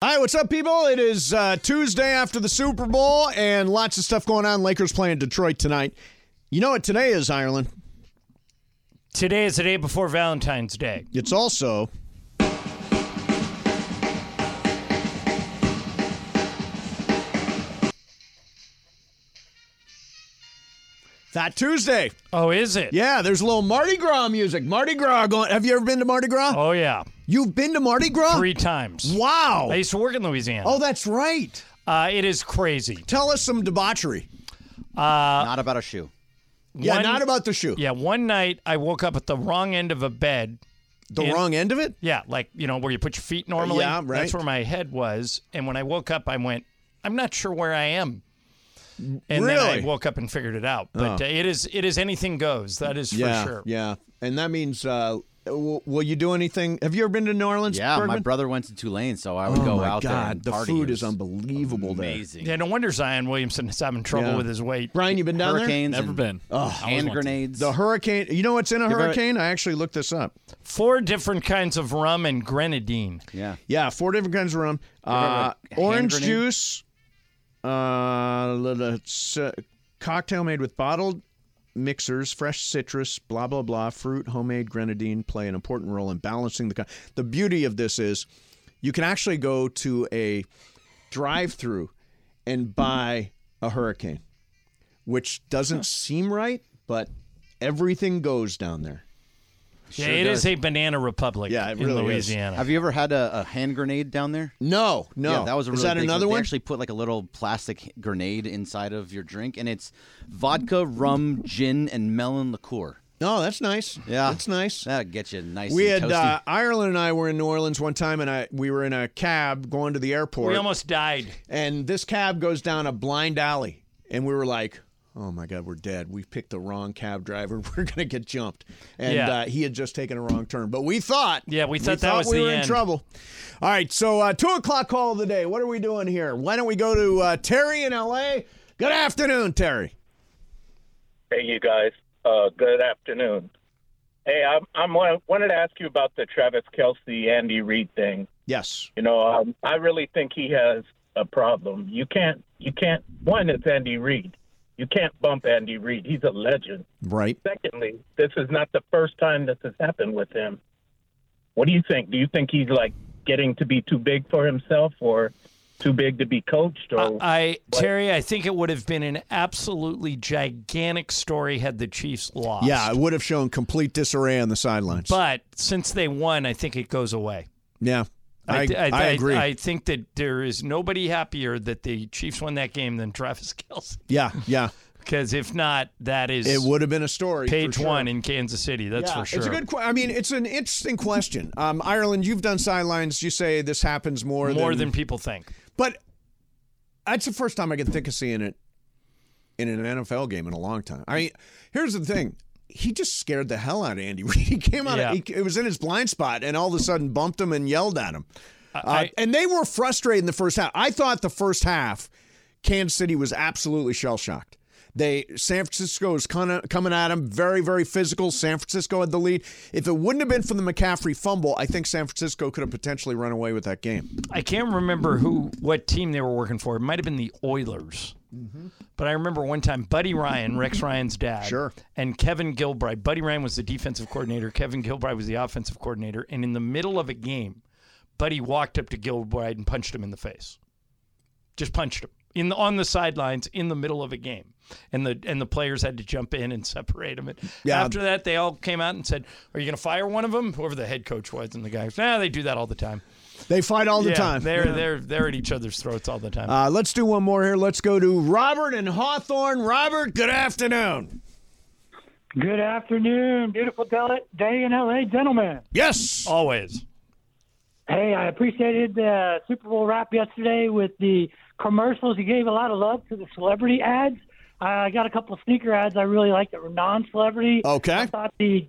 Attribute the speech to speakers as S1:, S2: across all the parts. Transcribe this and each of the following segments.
S1: All right, what's up, people? It is uh, Tuesday after the Super Bowl, and lots of stuff going on. Lakers playing Detroit tonight. You know what today is, Ireland?
S2: Today is the day before Valentine's Day.
S1: It's also Fat Tuesday.
S2: Oh, is it?
S1: Yeah, there's a little Mardi Gras music. Mardi Gras going. Have you ever been to Mardi Gras?
S2: Oh, yeah.
S1: You've been to Mardi Gras?
S2: Three times.
S1: Wow.
S2: I used to work in Louisiana.
S1: Oh, that's right.
S2: Uh, it is crazy. Uh,
S1: Tell us some debauchery.
S3: Not about a shoe.
S1: Yeah,
S2: One-
S1: not about the shoe.
S2: Yeah, one night I woke up at the wrong end of a bed.
S1: The wrong end of it?
S2: Yeah, like, you know, where you put your feet normally.
S1: Yeah, right.
S2: That's where my head was. And when I woke up, I went, I'm not sure where I am. And then
S1: Really?
S2: I
S1: Oh.
S2: woke up and figured it out. But uh, it is it is anything goes. That is
S1: yeah,
S2: for sure.
S1: yeah. And that means, uh, w- will you do anything? Have you ever been to New Orleans?
S3: Yeah, my
S1: Bergman?
S3: brother went to Tulane, so I would
S1: Oh
S3: go
S1: my
S3: out
S1: God,
S3: there. And
S1: the
S3: party.
S1: food
S3: It
S1: is
S3: was
S1: unbelievable there.
S3: Amazing.
S2: Yeah, no wonder Zion Williamson is having trouble
S1: Yeah.
S2: with his weight.
S1: Brian, you been down
S3: Hurricanes.
S4: Never
S3: and Oh,
S4: been.
S3: Hand grenades.
S1: there? The hurricane. You know what's in a
S3: ever-
S1: hurricane? I actually looked this up.
S2: Four different kinds of rum and grenadine.
S3: yeah.
S1: Yeah, four different kinds of rum. Uh,
S3: hand
S1: orange
S3: grenade?
S1: juice. Uh, let's, uh, cocktail made with bottled mixers, fresh citrus, blah blah blah, fruit, homemade grenadine play an important role in balancing the. co- The beauty of this is, you can actually go to a drive-through and buy a hurricane, which doesn't seem right, but everything goes down there.
S2: yeah, it is a banana republic
S1: Yeah, it
S2: in
S1: really is.
S2: Louisiana.
S3: Have you ever had a, a hand grenade down there?
S1: No, no,
S3: Yeah, that was a really
S1: is that
S3: big
S1: another
S3: one.
S1: one?
S3: They actually put like a little plastic grenade inside of your drink, and it's vodka, rum, gin, and melon liqueur.
S1: no, that's nice.
S3: Yeah,
S1: that's nice.
S3: That'll get you nice.
S1: We
S3: and
S1: had
S3: toasty.
S1: uh, Ireland and I were in New Orleans one time, and I we were in a cab going to the airport,
S2: We almost died.
S1: and this cab goes down a blind alley, and we were like. Oh my God, we're dead. We picked the wrong cab driver. We're gonna get jumped, and
S2: Yeah.
S1: uh, he had just taken a wrong turn. But we thought,
S2: Yeah, we thought that was
S1: we
S2: the
S1: were in
S2: end.
S1: trouble. All right, so uh, two o'clock call of the day. What are we doing here? Why don't we go to uh, Terry in L.A.? Good afternoon, Terry.
S5: Hey, you guys. Uh, good afternoon. Hey, I I'm, wanted to ask you about the Travis Kelsey Andy Reid thing.
S1: Yes.
S5: You know, um, I really think he has a problem. You can't, you can't. One, it's Andy Reid. You can't bump Andy Reid. He's a legend.
S1: Right.
S5: Secondly, this is not the first time this has happened with him. What do you think? Do you think he's like getting to be too big for himself, or too big to be coached, or?
S2: I Terry, I think it would have been an absolutely gigantic story had the Chiefs lost.
S1: Yeah, it would have shown complete disarray on the sidelines.
S2: but since they won, I think it goes away.
S1: yeah, I, I, agree.
S2: I, think that there is nobody happier that the Chiefs won that game than Travis Kelsey.
S1: yeah, yeah.
S2: Because if not, that is
S1: It would have been a story. for
S2: page
S1: sure.
S2: one in Kansas City. That's
S1: Yeah,
S2: for sure.
S1: It's a good. Que- I mean, it's an interesting question. Um, Ireland, you've done sidelines. You say this happens more,
S2: More than people think.
S1: But that's the first time I can think of seeing it in an NFL game in a long time. I mean, here's the thing. He just scared the hell out of Andy Reid. He came out.
S2: Yeah.
S1: Of, he, it was in his blind spot, and all of a sudden bumped him and yelled at him. Uh,
S2: I-
S1: and they were frustrated in the first half. I thought the first half, Kansas City was absolutely shell shocked. They San Francisco was kinda coming at them very very physical. San Francisco had the lead. If it wouldn't have been for the McCaffrey fumble, I think San Francisco could have potentially run away with that game.
S2: I can't remember who what team they were working for. It might have been the Oilers.
S6: Mm-hmm.
S2: But I remember one time Buddy Ryan, Rex Ryan's dad,
S1: Sure.
S2: and Kevin Gilbride. Buddy Ryan was the defensive coordinator, Kevin Gilbride was the offensive coordinator, and in the middle of a game, Buddy walked up to Gilbride and punched him in the face. Just punched him. In the, on the sidelines in the middle of a game. And the and the players had to jump in and separate them. And
S1: Yeah.
S2: after that they all came out and said, "Are you going to fire one of them?" Whoever the head coach was and the guy, "Nah, they do that all the time."
S1: They fight all the
S2: yeah,
S1: time.
S2: They're they're they're at each other's throats all the time.
S1: Uh, let's do one more here. Let's go to Robert and Hawthorne. Robert, good afternoon.
S7: Good afternoon, beautiful del- day in LA, gentlemen.
S1: Yes.
S2: Always.
S7: Hey, I appreciated the Super Bowl wrap yesterday with the commercials. You gave a lot of love to the celebrity ads. I got a couple of sneaker ads I really like that were non-celebrity.
S1: Okay.
S7: I thought the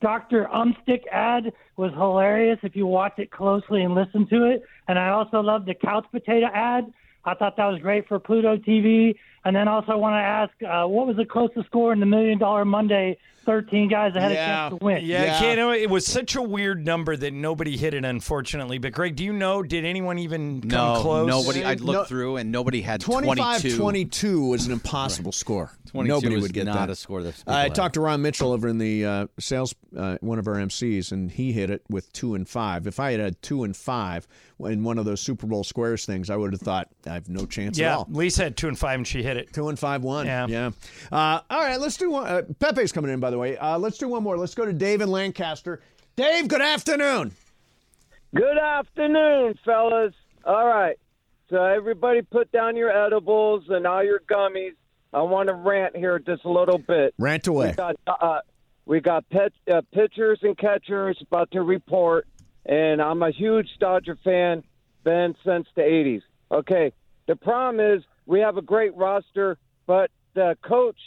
S7: Dr. Umstick ad was hilarious if you watch it closely and listen to it. And I also loved the couch potato ad. I thought that was great for Pluto TV. And then also want to ask, uh, what was the closest score in the Million Dollar Monday? 13 guys that had
S1: Yeah.
S7: a chance to win.
S2: Yeah,
S1: Yeah.
S2: I can't. know, It was such a weird number that nobody hit it, unfortunately. But Greg, do you know? Did anyone even come
S3: No,
S2: close?
S3: nobody. I'd look
S1: No.
S3: through, and nobody had
S1: 25
S3: 22.
S1: 22 was an impossible score.
S3: 22
S1: Nobody
S3: is
S1: would get
S3: not
S1: that.
S3: a score that people
S1: I
S3: had.
S1: talked to Ron Mitchell over in the uh, sales, uh, one of our MCs, and he hit it with two and five. If I had had two and five in one of those Super Bowl squares things, I would have thought I have no chance at
S2: Yeah,
S1: all.
S2: Lisa had two and five, and she hit it.
S1: Two and five one.
S2: Yeah.
S1: Uh, all right, let's do one. Uh, Pepe's coming in, by the way. Uh, let's do one more. Let's go to Dave in Lancaster. Dave, good afternoon.
S4: Good afternoon, fellas. All right. So everybody put down your edibles and all your gummies. I want to rant here just a little bit.
S1: Rant
S4: We
S1: away.
S4: got, uh, we got pet, uh, pitchers and catchers about to report, and I'm a huge Dodger fan, been since the 80s. Okay, the problem is we have a great roster, but the coach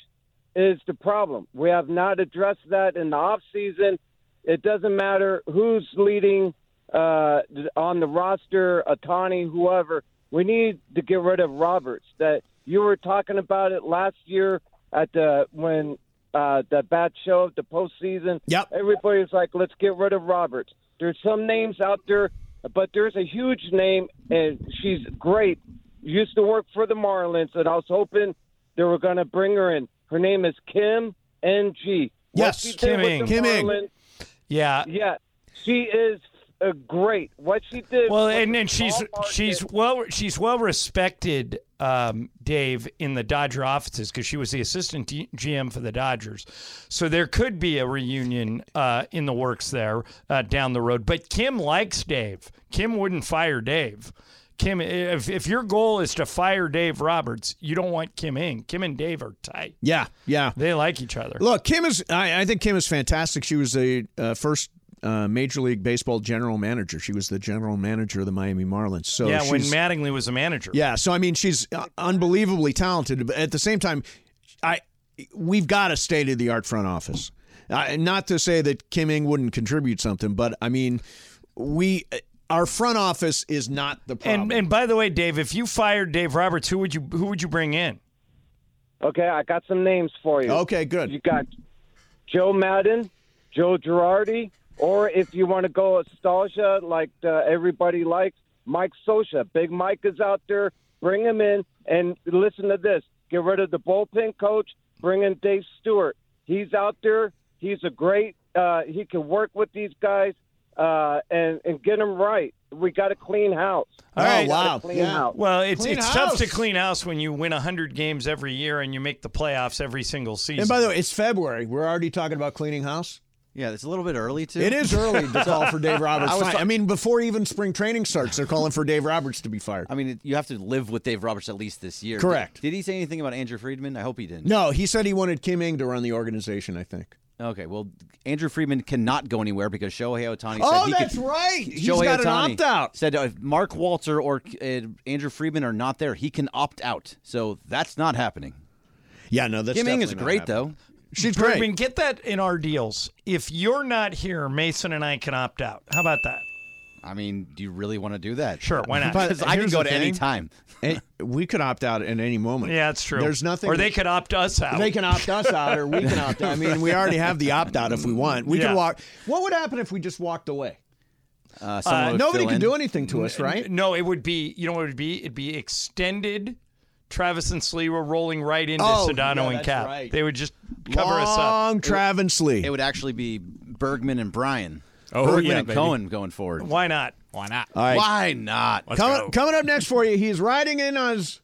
S4: is the problem. We have not addressed that in the off season. It doesn't matter who's leading uh, on the roster, Atani, whoever. We need to get rid of Roberts. That you were talking about it last year at the when uh, the bad show of the postseason.
S1: Yep.
S4: Everybody was like, let's get rid of Roberts. There's some names out there, but there's a huge name, and she's great. Used to work for the Marlins, and I was hoping they were going to bring her in. Her name is Kim Ng. What
S1: Yes,
S4: she did
S2: Kim
S4: with
S2: Ng.
S4: the
S1: Kim Ng.
S4: Marlins-
S2: Yeah.
S4: yeah, she is uh, great. What she did.
S2: Well,
S4: with
S2: and
S4: the
S2: and she's
S4: small market-
S2: she's well she's well respected, um, Dave, in the Dodger offices because she was the assistant G- GM for the Dodgers. So there could be a reunion uh, in the works there uh, down the road. But Kim likes Dave. Kim wouldn't fire Dave. Kim, if, if your goal is to fire Dave Roberts, you don't want Kim in. Kim and Dave are tight.
S1: Yeah, yeah.
S2: They like each other.
S1: Look, Kim is. I, I think Kim is fantastic. She was the uh, first uh, Major League Baseball general manager. She was the general manager of the Miami Marlins. So
S2: yeah, when
S1: she's-
S2: Mattingly was a manager.
S1: yeah. So I mean, she's uh, unbelievably talented. But at the same time, I we've got a state of the art front office. Uh, not to say that Kim Ng wouldn't contribute something, but I mean, we uh, our front office is not the problem.
S2: And and by the way, Dave, if you fired Dave Roberts, who would you who would you bring in?
S4: Okay, I got some names for you.
S1: okay,
S4: You
S1: good.
S4: got Joe Madden, Joe Girardi, or if you want to go nostalgia like uh, everybody likes, Mike Sosha. Big Mike is out there. Bring him in and listen to this. Get rid of the bullpen coach. Bring in Dave Stewart. He's out there. He's a great. Uh, he can work with these guys uh, and and get them right. We got a clean house.
S1: Oh
S2: right.
S3: uh,
S1: wow,
S4: Clean
S1: yeah.
S4: house.
S2: Well, it's
S1: Clean
S2: it's tough to
S1: house.
S2: clean house when you win 100 games every year and you make the playoffs every single season.
S1: And by the way, it's February. We're already talking about cleaning house.
S3: Yeah, it's a little bit early too.
S1: It is early to call for Dave Roberts. I,
S3: I was ta-
S1: I mean, before even spring training starts, they're calling for Dave Roberts to be fired.
S3: I mean, it- you have to live with Dave Roberts at least this year.
S1: Correct.
S3: Did, did he say anything about Andrew Friedman? I hope he didn't.
S1: No, he said he wanted Kim Ng to run the organization. I think.
S3: Okay. Well, Andrew Friedman cannot go anywhere because Shohei Otani.
S1: Oh,
S3: said he
S1: that's
S3: could,
S1: right. He's
S3: Shohei
S1: got an
S3: Ohtani
S1: opt out.
S3: Said uh, if Mark Walter or uh, Andrew Friedman are not there, he can opt out. So that's not happening.
S1: Yeah, no, that's
S3: Kim Ng is
S1: definitely not
S3: great
S1: happening.
S3: though.
S1: She's
S2: I mean,
S1: great.
S2: get that in our deals. If you're not here, Mason and I can opt out. How about that?
S3: I mean, do you really want to do that?
S2: Sure, why not?
S1: But-
S3: Because I can
S1: Here's
S3: go
S1: the
S3: to any
S1: thing.
S3: time.
S1: And we could opt out at any moment.
S2: yeah, that's true.
S1: There's nothing.
S2: Or they could opt us out.
S1: They can opt us out, or we can opt out. I mean, we already have the opt out if we want. We
S2: Yeah.
S1: could walk. What would happen if we just walked away?
S3: Uh, someone would
S1: Nobody
S3: fill
S1: could
S3: in.
S1: do anything to us, right?
S2: No, it would be. You know what it would be? It'd be extended. Travis and Slee were rolling right into
S1: Oh,
S2: Sedano
S1: yeah,
S2: and
S1: that's
S2: Cap.
S1: right.
S2: They would just cover us up.
S1: Long Travis Lee.
S3: It would actually be Bergman and Brian.
S8: Oh,
S3: Bergman
S8: yeah,
S3: and
S8: baby.
S3: Cohen going forward.
S2: Why not?
S8: Why not?
S1: All right.
S3: Why not?
S8: Let's
S1: Coming,
S8: go.
S1: coming up next for you, he's riding in on his,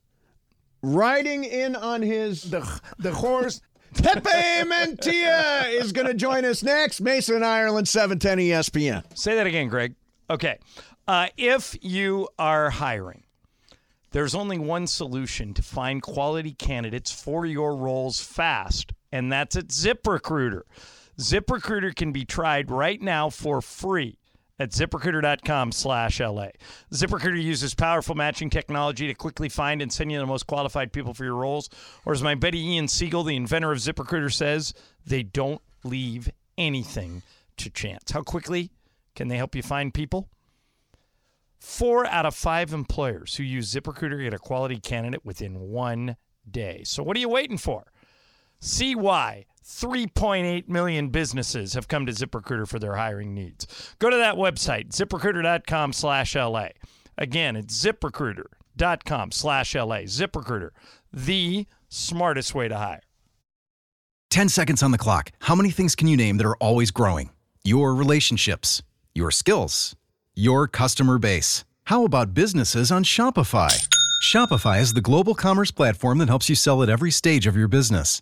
S1: riding in on his the the horse. Pepe Mentia is going to join us next. Mason Ireland, seven ten E ESPN.
S2: Say that again, Greg. Okay. Uh, if you are hiring, there's only one solution to find quality candidates for your roles fast, and that's at ZipRecruiter. ZipRecruiter can be tried right now for free at ZipRecruiter.com slash LA. ZipRecruiter uses powerful matching technology to quickly find and send you the most qualified people for your roles. Or as my buddy Ian Siegel, the inventor of ZipRecruiter, says, they don't leave anything to chance. How quickly can they help you find people? Four out of five employers who use ZipRecruiter get a quality candidate within one day. So what are you waiting for? See why 3.8 million businesses have come to ZipRecruiter for their hiring needs. Go to that website, ziprecruiter.com slash LA. Again, it's ziprecruiter.com slash LA. ZipRecruiter, the smartest way to hire.
S8: 10 seconds on the clock. How many things can you name that are always growing? Your relationships, your skills, your customer base. How about businesses on Shopify? Shopify is the global commerce platform that helps you sell at every stage of your business.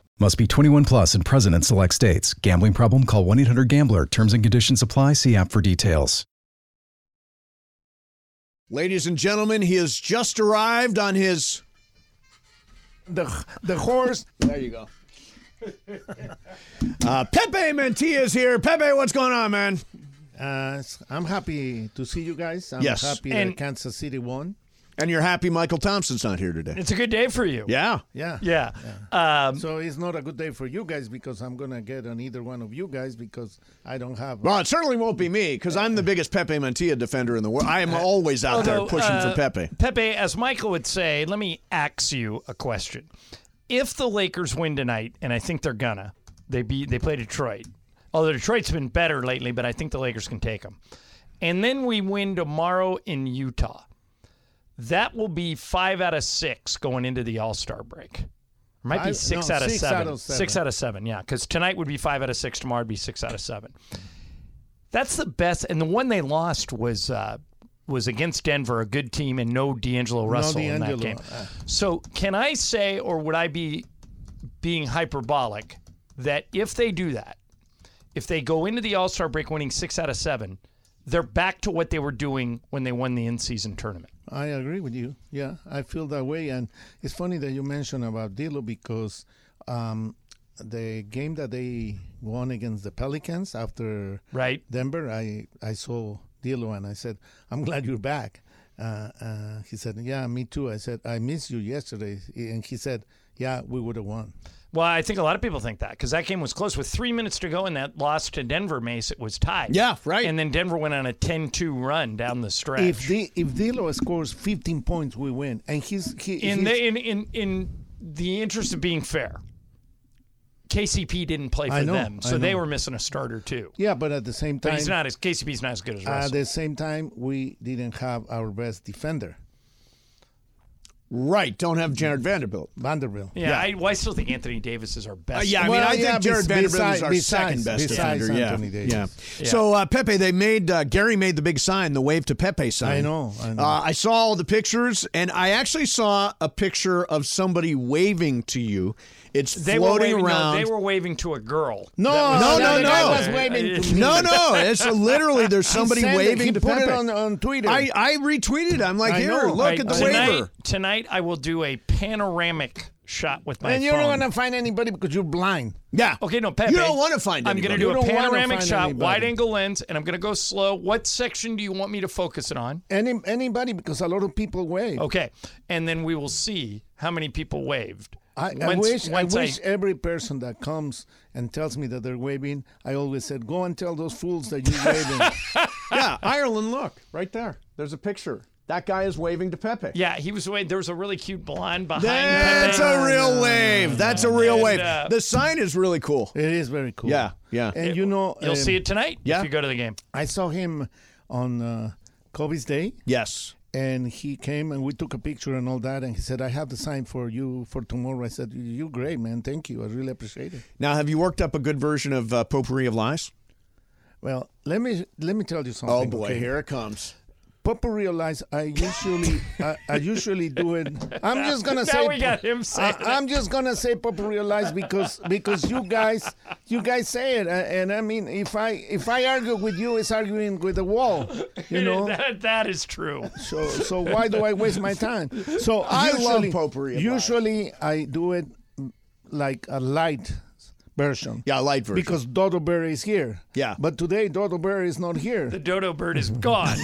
S8: Must be 21 plus and present in select states. Gambling problem? Call 1 800 Gambler. Terms and conditions apply. See app for details.
S1: Ladies and gentlemen, he has just arrived on his.
S9: The the horse.
S1: There you go. Uh, Pepe Mantilla is here. Pepe, what's going on, man?
S9: Uh, I'm happy to see you guys. I'm
S1: Yes.
S9: happy
S2: And-
S9: that Kansas City won.
S1: And you're happy Michael Thompson's not here today.
S2: It's a good day for you.
S1: Yeah.
S9: Yeah.
S2: Yeah. Um,
S9: So it's not a good day for you guys because I'm gonna get on either one of you guys because I don't have.
S1: Well, it certainly won't be me because I'm the biggest Pepe Mantilla defender in the world. I am always out there
S2: Uh, Although,
S1: pushing
S2: uh,
S1: for Pepe.
S2: Pepe, as Michael would say, let me ask you a question. If the Lakers win tonight, and I think they're gonna, they beat they play Detroit. Although Detroit's been better lately, but I think the Lakers can take them. And then we win tomorrow in Utah. That will be five out of six going into the All Star break. Or might be
S9: Five-
S2: six,
S9: no,
S2: out, of
S9: six
S2: seven.
S9: out of seven.
S2: Six out of seven, yeah. Because tonight would be five out of six. Tomorrow would be six out of seven. That's the best. And the one they lost was uh, was against Denver, a good team, and no D'Angelo Russell in
S9: D'Angelo,
S2: that game.
S9: uh.
S2: So can I say, or would I be being hyperbolic, that if they do that, if they go into the All Star break winning six out of seven, they're back to what they were doing when they won the in season tournament.
S9: I agree with you. Yeah, I feel that way, and it's funny that you mentioned about Dilo because um, the game that they won against the Pelicans after
S2: Right.
S9: Denver, I I saw Dilo and I said, "I'm glad you're back." Uh, uh, he said, "Yeah, me too." I said, "I missed you yesterday," and he said, "Yeah, we would have won."
S2: Well, I think a lot of people think that because that game was close with three minutes to go, and that loss to Denver Mace it was tied.
S1: Yeah, right.
S2: And then Denver went on a 10-2 run down the stretch.
S9: If the if Dilo scores 15 points, we win, and he's he
S2: in
S9: he's-
S2: the in, in in the interest of being fair, KCP didn't play for
S9: I know,
S2: them,
S9: I
S2: so they
S9: know.
S2: were missing a starter too.
S9: yeah, but at the same
S2: But
S9: time,
S2: he's not as KCP's not as
S1: Ah,
S2: good as
S9: at
S2: Russell.
S9: the same time, we didn't have our best defender,
S1: Right. Don't have Jared Vanderbilt.
S9: Vanderbilt.
S2: yeah, I, well, I still think Anthony Davis is our best.
S1: Uh, yeah, I mean,
S9: Well,
S1: I think
S9: yeah, bes-
S1: Jared Vanderbilt is
S9: besides-
S1: our second
S9: besides-
S1: best
S9: besides
S1: defender. Yeah.
S9: Anthony Davis.
S1: yeah,
S2: Yeah.
S1: So uh, Pepe, they made uh, Gary made the big sign, the wave to Pepe sign.
S9: I know, I know.
S1: Uh, I saw all the pictures, and I actually saw a picture of somebody waving to you. It's
S2: they were
S1: floating
S2: waving, no,
S1: around.
S2: they were waving to a girl.
S9: No,
S1: no, no,
S9: the guy
S1: no.
S9: was waving to me.
S1: no, no, it's literally there's somebody
S9: He sent it.
S1: waving
S9: He
S1: to
S9: put
S1: Pepe.
S9: it on, on Twitter.
S1: I, I retweeted. it. I'm like,
S9: I
S1: here,
S9: know.
S1: look
S9: I-
S1: at the
S9: I-
S2: tonight,
S1: waiver.
S2: tonight I will do a panoramic shot with my
S9: and you're
S2: phone.
S9: not gonna find anybody because you're blind.
S1: Yeah.
S2: Okay, no, Pepe.
S1: You don't want to find.
S2: I'm going to do
S1: anybody.
S9: You
S2: a
S9: don't wanna
S2: panoramic
S9: find
S2: shot,
S9: anybody.
S2: wide angle lens, and I'm going to go slow. What section do you want me to focus it on?
S9: Any anybody because a lot of people wave.
S2: Okay, and then we will see how many people waved.
S9: I, I
S2: Once-
S9: wish
S2: once
S9: I wish every person that comes and tells me that they're waving, I always said, go and tell those fools that you're waving.
S1: yeah, Ireland. Look right there. There's a picture. That guy is waving to Pepe.
S2: Yeah, he was wait. There was a really cute blonde behind.
S1: That's
S2: Pepe.
S1: a real wave. That's a real
S2: And,
S1: wave.
S2: uh,
S1: The sign is really cool.
S9: It is very cool.
S1: Yeah, yeah.
S9: And you know,
S2: You'll
S9: um,
S2: see it tonight
S1: yeah.
S2: if you go to the game.
S9: I saw him on uh, Kobe's day,
S1: Yes.
S9: and he came and we took a picture and all that. And he said, "I have the sign for you for tomorrow." I said, "You great man, thank you. I really appreciate it."
S1: Now, have you worked up a good version of uh, potpourri of lies?
S9: Well, let me let me tell you something.
S1: Oh boy,
S9: okay?
S1: here it comes.
S9: Potpourri of lies. I usually I, I usually do it. I'm just gonna
S2: Now
S9: say
S2: we got him saying
S9: I, am just gonna say potpourri of lies because because you guys you guys say it, and, and I mean if I if I argue with you, it's arguing with the wall, you know.
S2: that, that is true.
S9: So so why do I waste my time? So I
S1: You love
S9: usually,
S1: potpourri of lies.
S9: Usually I do it mm, like a light version.
S1: Yeah, light version.
S9: Because Dodo Berry is here.
S1: Yeah.
S9: But today Dodo Berry is not here.
S2: The dodo bird is gone.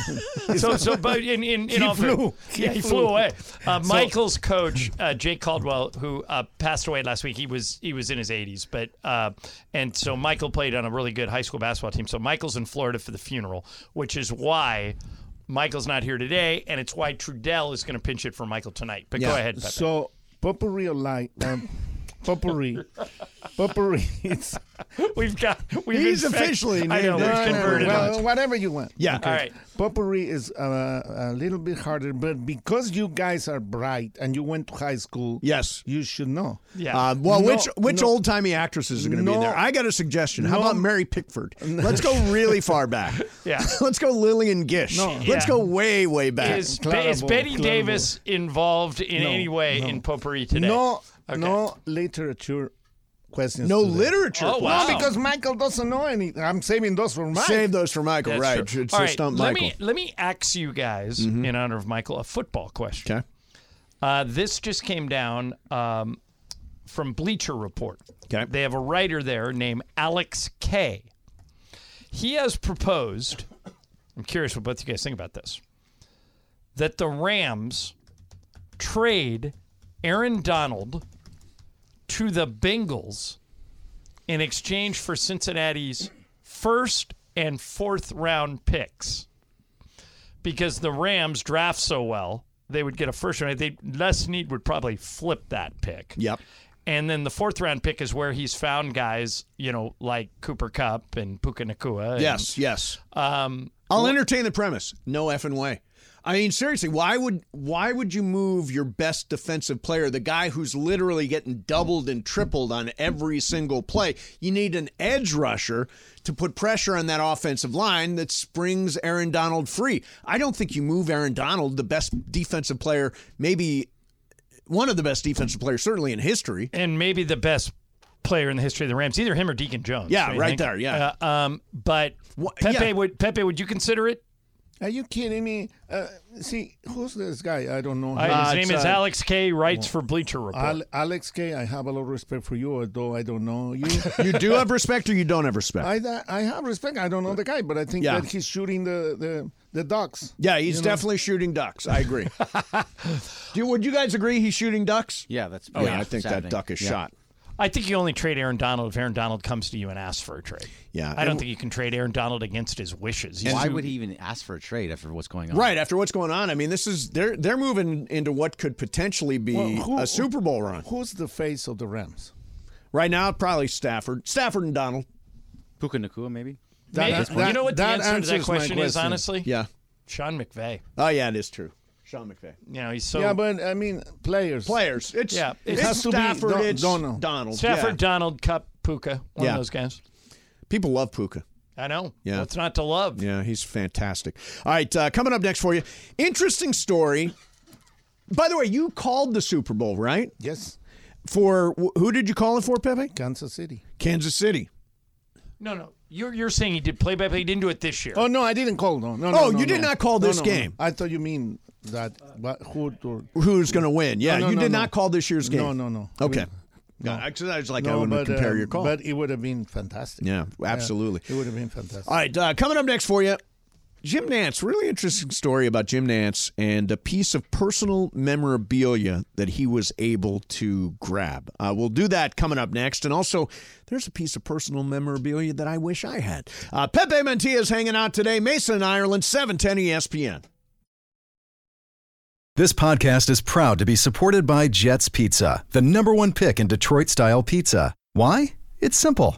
S2: so, so, but in in, in all fair-
S9: flew. He
S2: yeah, he flew,
S9: flew.
S2: away. Uh, Michael's coach, uh, Jake Caldwell, who uh, passed away last week, he was he was in his 80s, but uh, and so Michael played on a really good high school basketball team. So Michael's in Florida for the funeral, which is why Michael's not here today, and it's why Trudell is going to pinch it for Michael tonight. But go
S1: Yeah.
S2: ahead, Pepe.
S9: So potpourri of light. Um, potpourri. potpourri. It's,
S2: we've got we've
S1: He's
S2: infect-
S1: officially
S2: I know,
S1: named
S2: we've
S1: it.
S2: converted him.
S9: well, whatever you want.
S1: Yeah.
S2: All right.
S9: Potpourri is uh, a little bit harder, but because you guys are bright and you went to high school,
S1: Yes.
S9: you should know.
S2: Yeah.
S1: Uh, well,
S9: No,
S1: which which
S9: no.
S1: old timey actresses are going to be in
S9: No.
S1: there? I got a suggestion. How
S9: No.
S1: about Mary Pickford? Let's go really far back.
S2: Yeah.
S1: Let's go Lillian Gish.
S9: No.
S1: Let's
S2: Yeah.
S1: go way way back.
S2: is,
S9: Clarable,
S2: is Betty
S9: clarable.
S2: Davis involved in
S9: No,
S2: any way in potpourri today?
S9: No,
S2: Okay.
S9: no literature questions.
S1: no
S9: today.
S1: literature.
S2: Oh, wow.
S9: No, because Michael doesn't know anything. I'm saving those for Mike.
S1: Save those for Michael,
S2: That's
S1: right?
S2: true.
S1: It's
S2: All
S1: the
S2: right,
S1: stump
S2: let
S1: Michael. Mm-hmm.
S2: me let me ask you guys in honor of Michael a football question.
S1: Okay.
S2: Uh, this just came down um, from Bleacher Report.
S1: Okay.
S2: They have a writer there named Alex Kay. He has proposed. I'm curious what both you guys think about this. That the Rams trade Aaron Donald to the Bengals in exchange for Cincinnati's first and fourth round picks because the Rams draft so well, they would get a first round. They less need would probably flip that pick.
S1: Yep.
S2: And then the fourth round pick is where he's found guys, you know, like Cooper Cup and Puka Nakua. and-
S1: Yes. Yes.
S2: Um,
S1: I'll entertain the premise. No effing way. I mean, seriously, why would why would you move your best defensive player, the guy who's literally getting doubled and tripled on every single play? You need an edge rusher to put pressure on that offensive line that springs Aaron Donald free. I don't think you move Aaron Donald, the best defensive player, maybe one of the best defensive players, certainly in history.
S2: and maybe the best player in the history of the Rams, either him or Deacon Jones.
S1: Yeah,
S2: don't you
S1: right
S2: think?
S1: there, yeah.
S2: Uh, um, but
S1: What-
S2: Pepe
S1: yeah.
S2: would Pepe, would you consider it?
S9: Are you kidding me? Uh, see, who's this guy? I don't know.
S2: Uh,
S9: him.
S2: his name
S1: it's,
S2: is
S1: uh,
S2: Alex Kay. Writes for Bleacher Report.
S9: Al- Alex K, I have a lot of respect for you, although I don't know you.
S1: You do have respect or you don't have respect?
S9: I, I have respect. I don't know the guy, but I think
S1: Yeah.
S9: that he's shooting the, the, the ducks.
S1: yeah, he's definitely shooting ducks. I agree. uh, do, would you guys agree he's shooting ducks?
S3: Yeah, that's.
S9: Oh,
S1: yeah, I think that
S3: Saturday.
S1: duck is
S3: Yeah.
S1: shot.
S2: I think you only trade Aaron Donald if Aaron Donald comes to you and asks for a trade.
S1: Yeah,
S2: I don't
S1: and-
S2: think you can trade Aaron Donald against his wishes. He's
S3: Why
S2: too-
S3: would he even ask for a trade after what's going on?
S1: Right after what's going on, I mean, this is they're they're moving into what could potentially be
S9: Well, who-
S1: a Super Bowl run.
S9: Who's the face of the Rams?
S1: Right now, probably Stafford, Stafford and Donald.
S3: Puka Nakua, maybe.
S9: That-
S2: Maybe-
S9: that-
S2: you know what the
S9: that
S2: answer to that
S9: answers my
S2: question, is,
S9: question.
S2: honestly?
S1: Yeah.
S2: Sean McVay.
S1: Oh yeah, it is true. Sean McVay.
S2: You know, he's so.
S9: yeah, but I mean, players.
S1: Players. It's
S2: Yeah, it
S1: It's
S9: has to be
S1: Stafford.
S9: Don-
S1: it's
S9: Donald.
S1: Donald. Donald.
S2: Stafford,
S1: yeah.
S2: Donald, Cup, Puka, one
S1: Yeah.
S2: of those guys.
S1: People love Puka.
S2: I know.
S1: Yeah.
S2: What's not to love?
S1: Yeah, he's fantastic. All right, uh, coming up next for you, interesting story. By the way, you called the Super Bowl, right?
S9: Yes,
S1: For who did you call it for, Pepe?
S9: Kansas City.
S1: Kansas City.
S2: No, no. You're, you're saying he did play by play. He didn't do it this year.
S9: Oh no, I didn't call. No, no. no,
S1: Oh,
S9: no,
S1: you did
S9: no.
S1: not call
S9: No,
S1: this
S9: no,
S1: game.
S9: no. I thought you mean that. But who? To,
S1: who's going to win. Yeah,
S9: No, no,
S1: you
S9: no,
S1: did
S9: no.
S1: not call this year's game.
S9: No, no, no.
S1: Okay.
S9: We- no.
S1: Yeah, actually, I was like, I
S9: no, but
S1: wouldn't compare
S9: um,
S1: your call.
S9: But it would have been fantastic.
S1: yeah, absolutely.
S9: It would have been fantastic.
S1: All right, uh, coming up next for you, Jim Nance, really interesting story about Jim Nance and a piece of personal memorabilia that he was able to grab. Uh, we'll do that coming up next. And also, there's a piece of personal memorabilia that I wish I had. Uh, Pepe Mantilla is hanging out today, Mason, Ireland, E 710 ESPN.
S8: This podcast is proud to be supported by Jets Pizza, the number one pick in Detroit style pizza. Why? It's simple.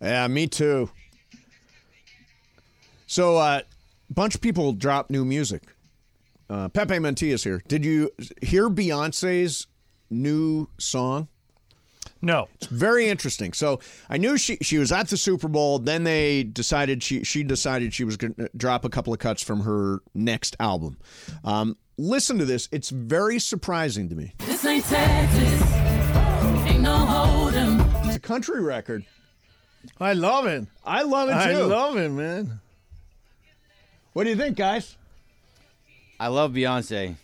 S1: Yeah, me too. So, a uh, bunch of people drop new music. Uh, Pepe Mantilla's here. Did you hear Beyonce's new song?
S2: No.
S1: It's very interesting. So I knew she she was at the Super Bowl. Then they decided she she decided she was going to drop a couple of cuts from her next album. Um, listen to this. It's very surprising to me.
S10: This ain't Texas. Ain't no hold'em.
S1: It's a country record.
S9: I love it.
S1: I love it too.
S9: I love it, man.
S1: What do you think, guys?
S3: I love Beyonce.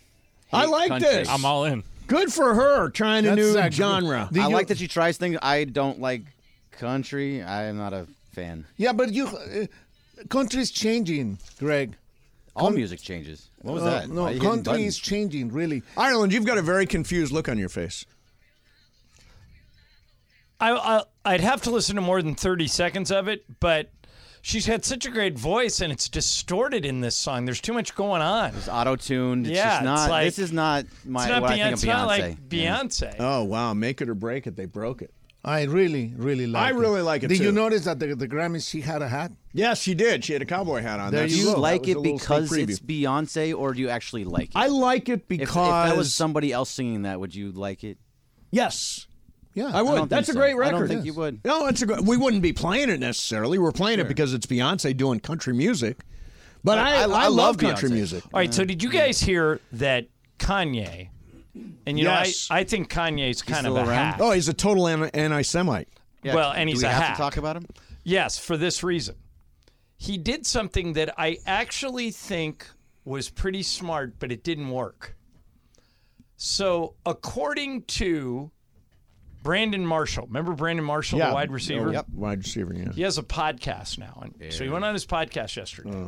S1: I
S3: Hate
S1: like
S3: country.
S1: this. I'm all
S2: in.
S1: Good for her trying a
S3: That's
S1: new
S3: a gr-
S1: genre.
S3: I like that she tries things. I don't like country. I am not a fan.
S9: Yeah, but you, uh, country's changing, Greg.
S3: All music changes. What was
S9: Uh,
S3: that? Why are
S9: No,
S3: you hitting
S9: country is
S3: buttons?
S9: changing, really.
S1: Ireland, you've got a very confused look on your face.
S2: I, I I'd have to listen to more than thirty seconds of it, but she's had such a great voice, and it's distorted in this song. There's too much going on.
S3: It's auto tuned. It's
S2: Yeah,
S3: just
S2: it's
S3: not.
S2: like-
S3: this is not my.
S2: it's not
S3: what
S2: Beyonce.
S3: I think of
S2: it's
S3: Beyonce.
S2: not like Beyonce.
S1: Oh wow, make it or break it. They broke it.
S9: I really, really like
S1: I
S9: it.
S1: really like it,
S9: Did
S1: too.
S9: you notice that the, the Grammys, she had a hat?
S1: Yes, she did. She had a cowboy hat on.
S3: Do
S1: That's-
S3: you
S1: that
S3: like
S1: was a
S3: it
S1: little
S3: because
S1: sneak preview.
S3: it's Beyonce, or do you actually like it?
S1: I like it
S3: If, if
S1: because
S3: that was somebody else singing that, would you like it?
S1: yes.
S9: Yeah.
S1: I would.
S3: don't
S1: That's a
S3: think so.
S1: great
S3: I
S1: record.
S3: don't think you would.
S1: No, it's a great. We wouldn't be playing it necessarily. We're playing it because it's Beyonce doing country music. But I, I, love country
S3: Beyonce.
S1: music.
S2: All right. So did you guys hear that Kanye? And you
S1: Yes.
S2: know, I, I think Kanye's kind of
S3: still
S2: a
S3: around?
S2: hack.
S1: Oh, he's a total an- anti-Semite.
S3: Yeah,
S2: Well, and
S3: do
S2: he's
S3: we
S2: a
S3: have
S2: hack.
S3: to talk about him.
S2: Yes, for this reason. He did something that I actually think was pretty smart, but it didn't work. So, according to Brandon Marshall, remember Brandon Marshall, the wide receiver?
S1: Yep. Wide receiver. Yeah.
S2: He has a podcast now. And So, he went on his podcast yesterday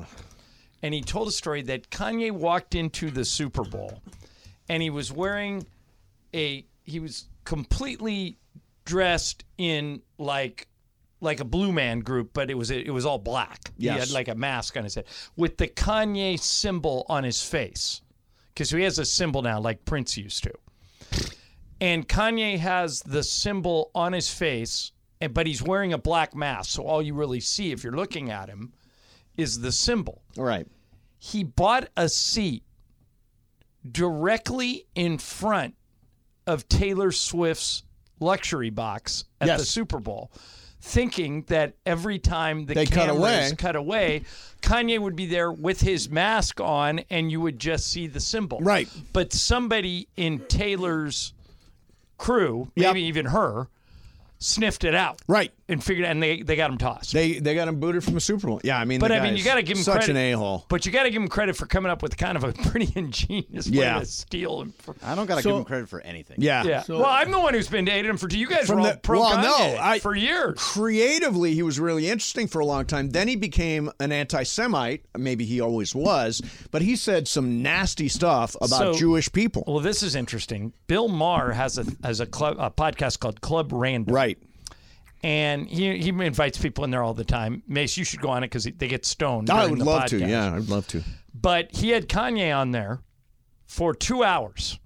S2: and he told a story that Kanye walked into the Super Bowl and he was wearing a he was completely dressed in like like a blue man group, but it was it was all black. He
S1: Yes.
S2: had like a mask on his head with the Kanye symbol on his face because he has a symbol now, like Prince used to. And Kanye has the symbol on his face, and but he's wearing a black mask, so all you really see if you're looking at him is the symbol
S1: All right.
S2: he bought a seat directly in front of Taylor Swift's luxury box at the
S1: Yes.
S2: Super Bowl, thinking that every time the
S1: They cut
S2: cameras
S1: away.
S2: cut away, Kanye would be there with his mask on and you would just see the symbol.
S1: Right.
S2: But somebody in Taylor's crew,
S1: Yep.
S2: maybe even her, sniffed it out.
S1: Right.
S2: And figured and they, they got him tossed.
S1: They they got him booted from a Super Bowl. Yeah, I mean,
S2: But
S1: the
S2: I mean,
S1: guy's
S2: you got to give him
S1: such
S2: credit.
S1: an a-hole.
S2: But you got to give him credit for coming up with kind of a pretty ingenious
S1: Yeah.
S2: way to steal him. From,
S3: I don't gotta
S9: So-
S3: give him credit for anything.
S1: Yeah.
S2: yeah. well, I'm the one who's been dating him for. You guys were all pro
S1: well,
S2: Kanye
S1: no, I,
S2: for years.
S1: Creatively, he was really interesting for a long time. Then he became an anti-Semite. Maybe he always was, but he said some nasty stuff about
S2: So-
S1: Jewish people.
S2: Well, this is interesting. Bill Maher has a has a club a podcast called Club Random,
S1: right.
S2: And he, he invites people in there all the time. Mace, you should go on it because they get stoned.
S1: I
S2: during
S1: would
S2: the
S1: love to.
S2: podcast.
S1: Yeah, I'd love to.
S2: But he had Kanye on there for two hours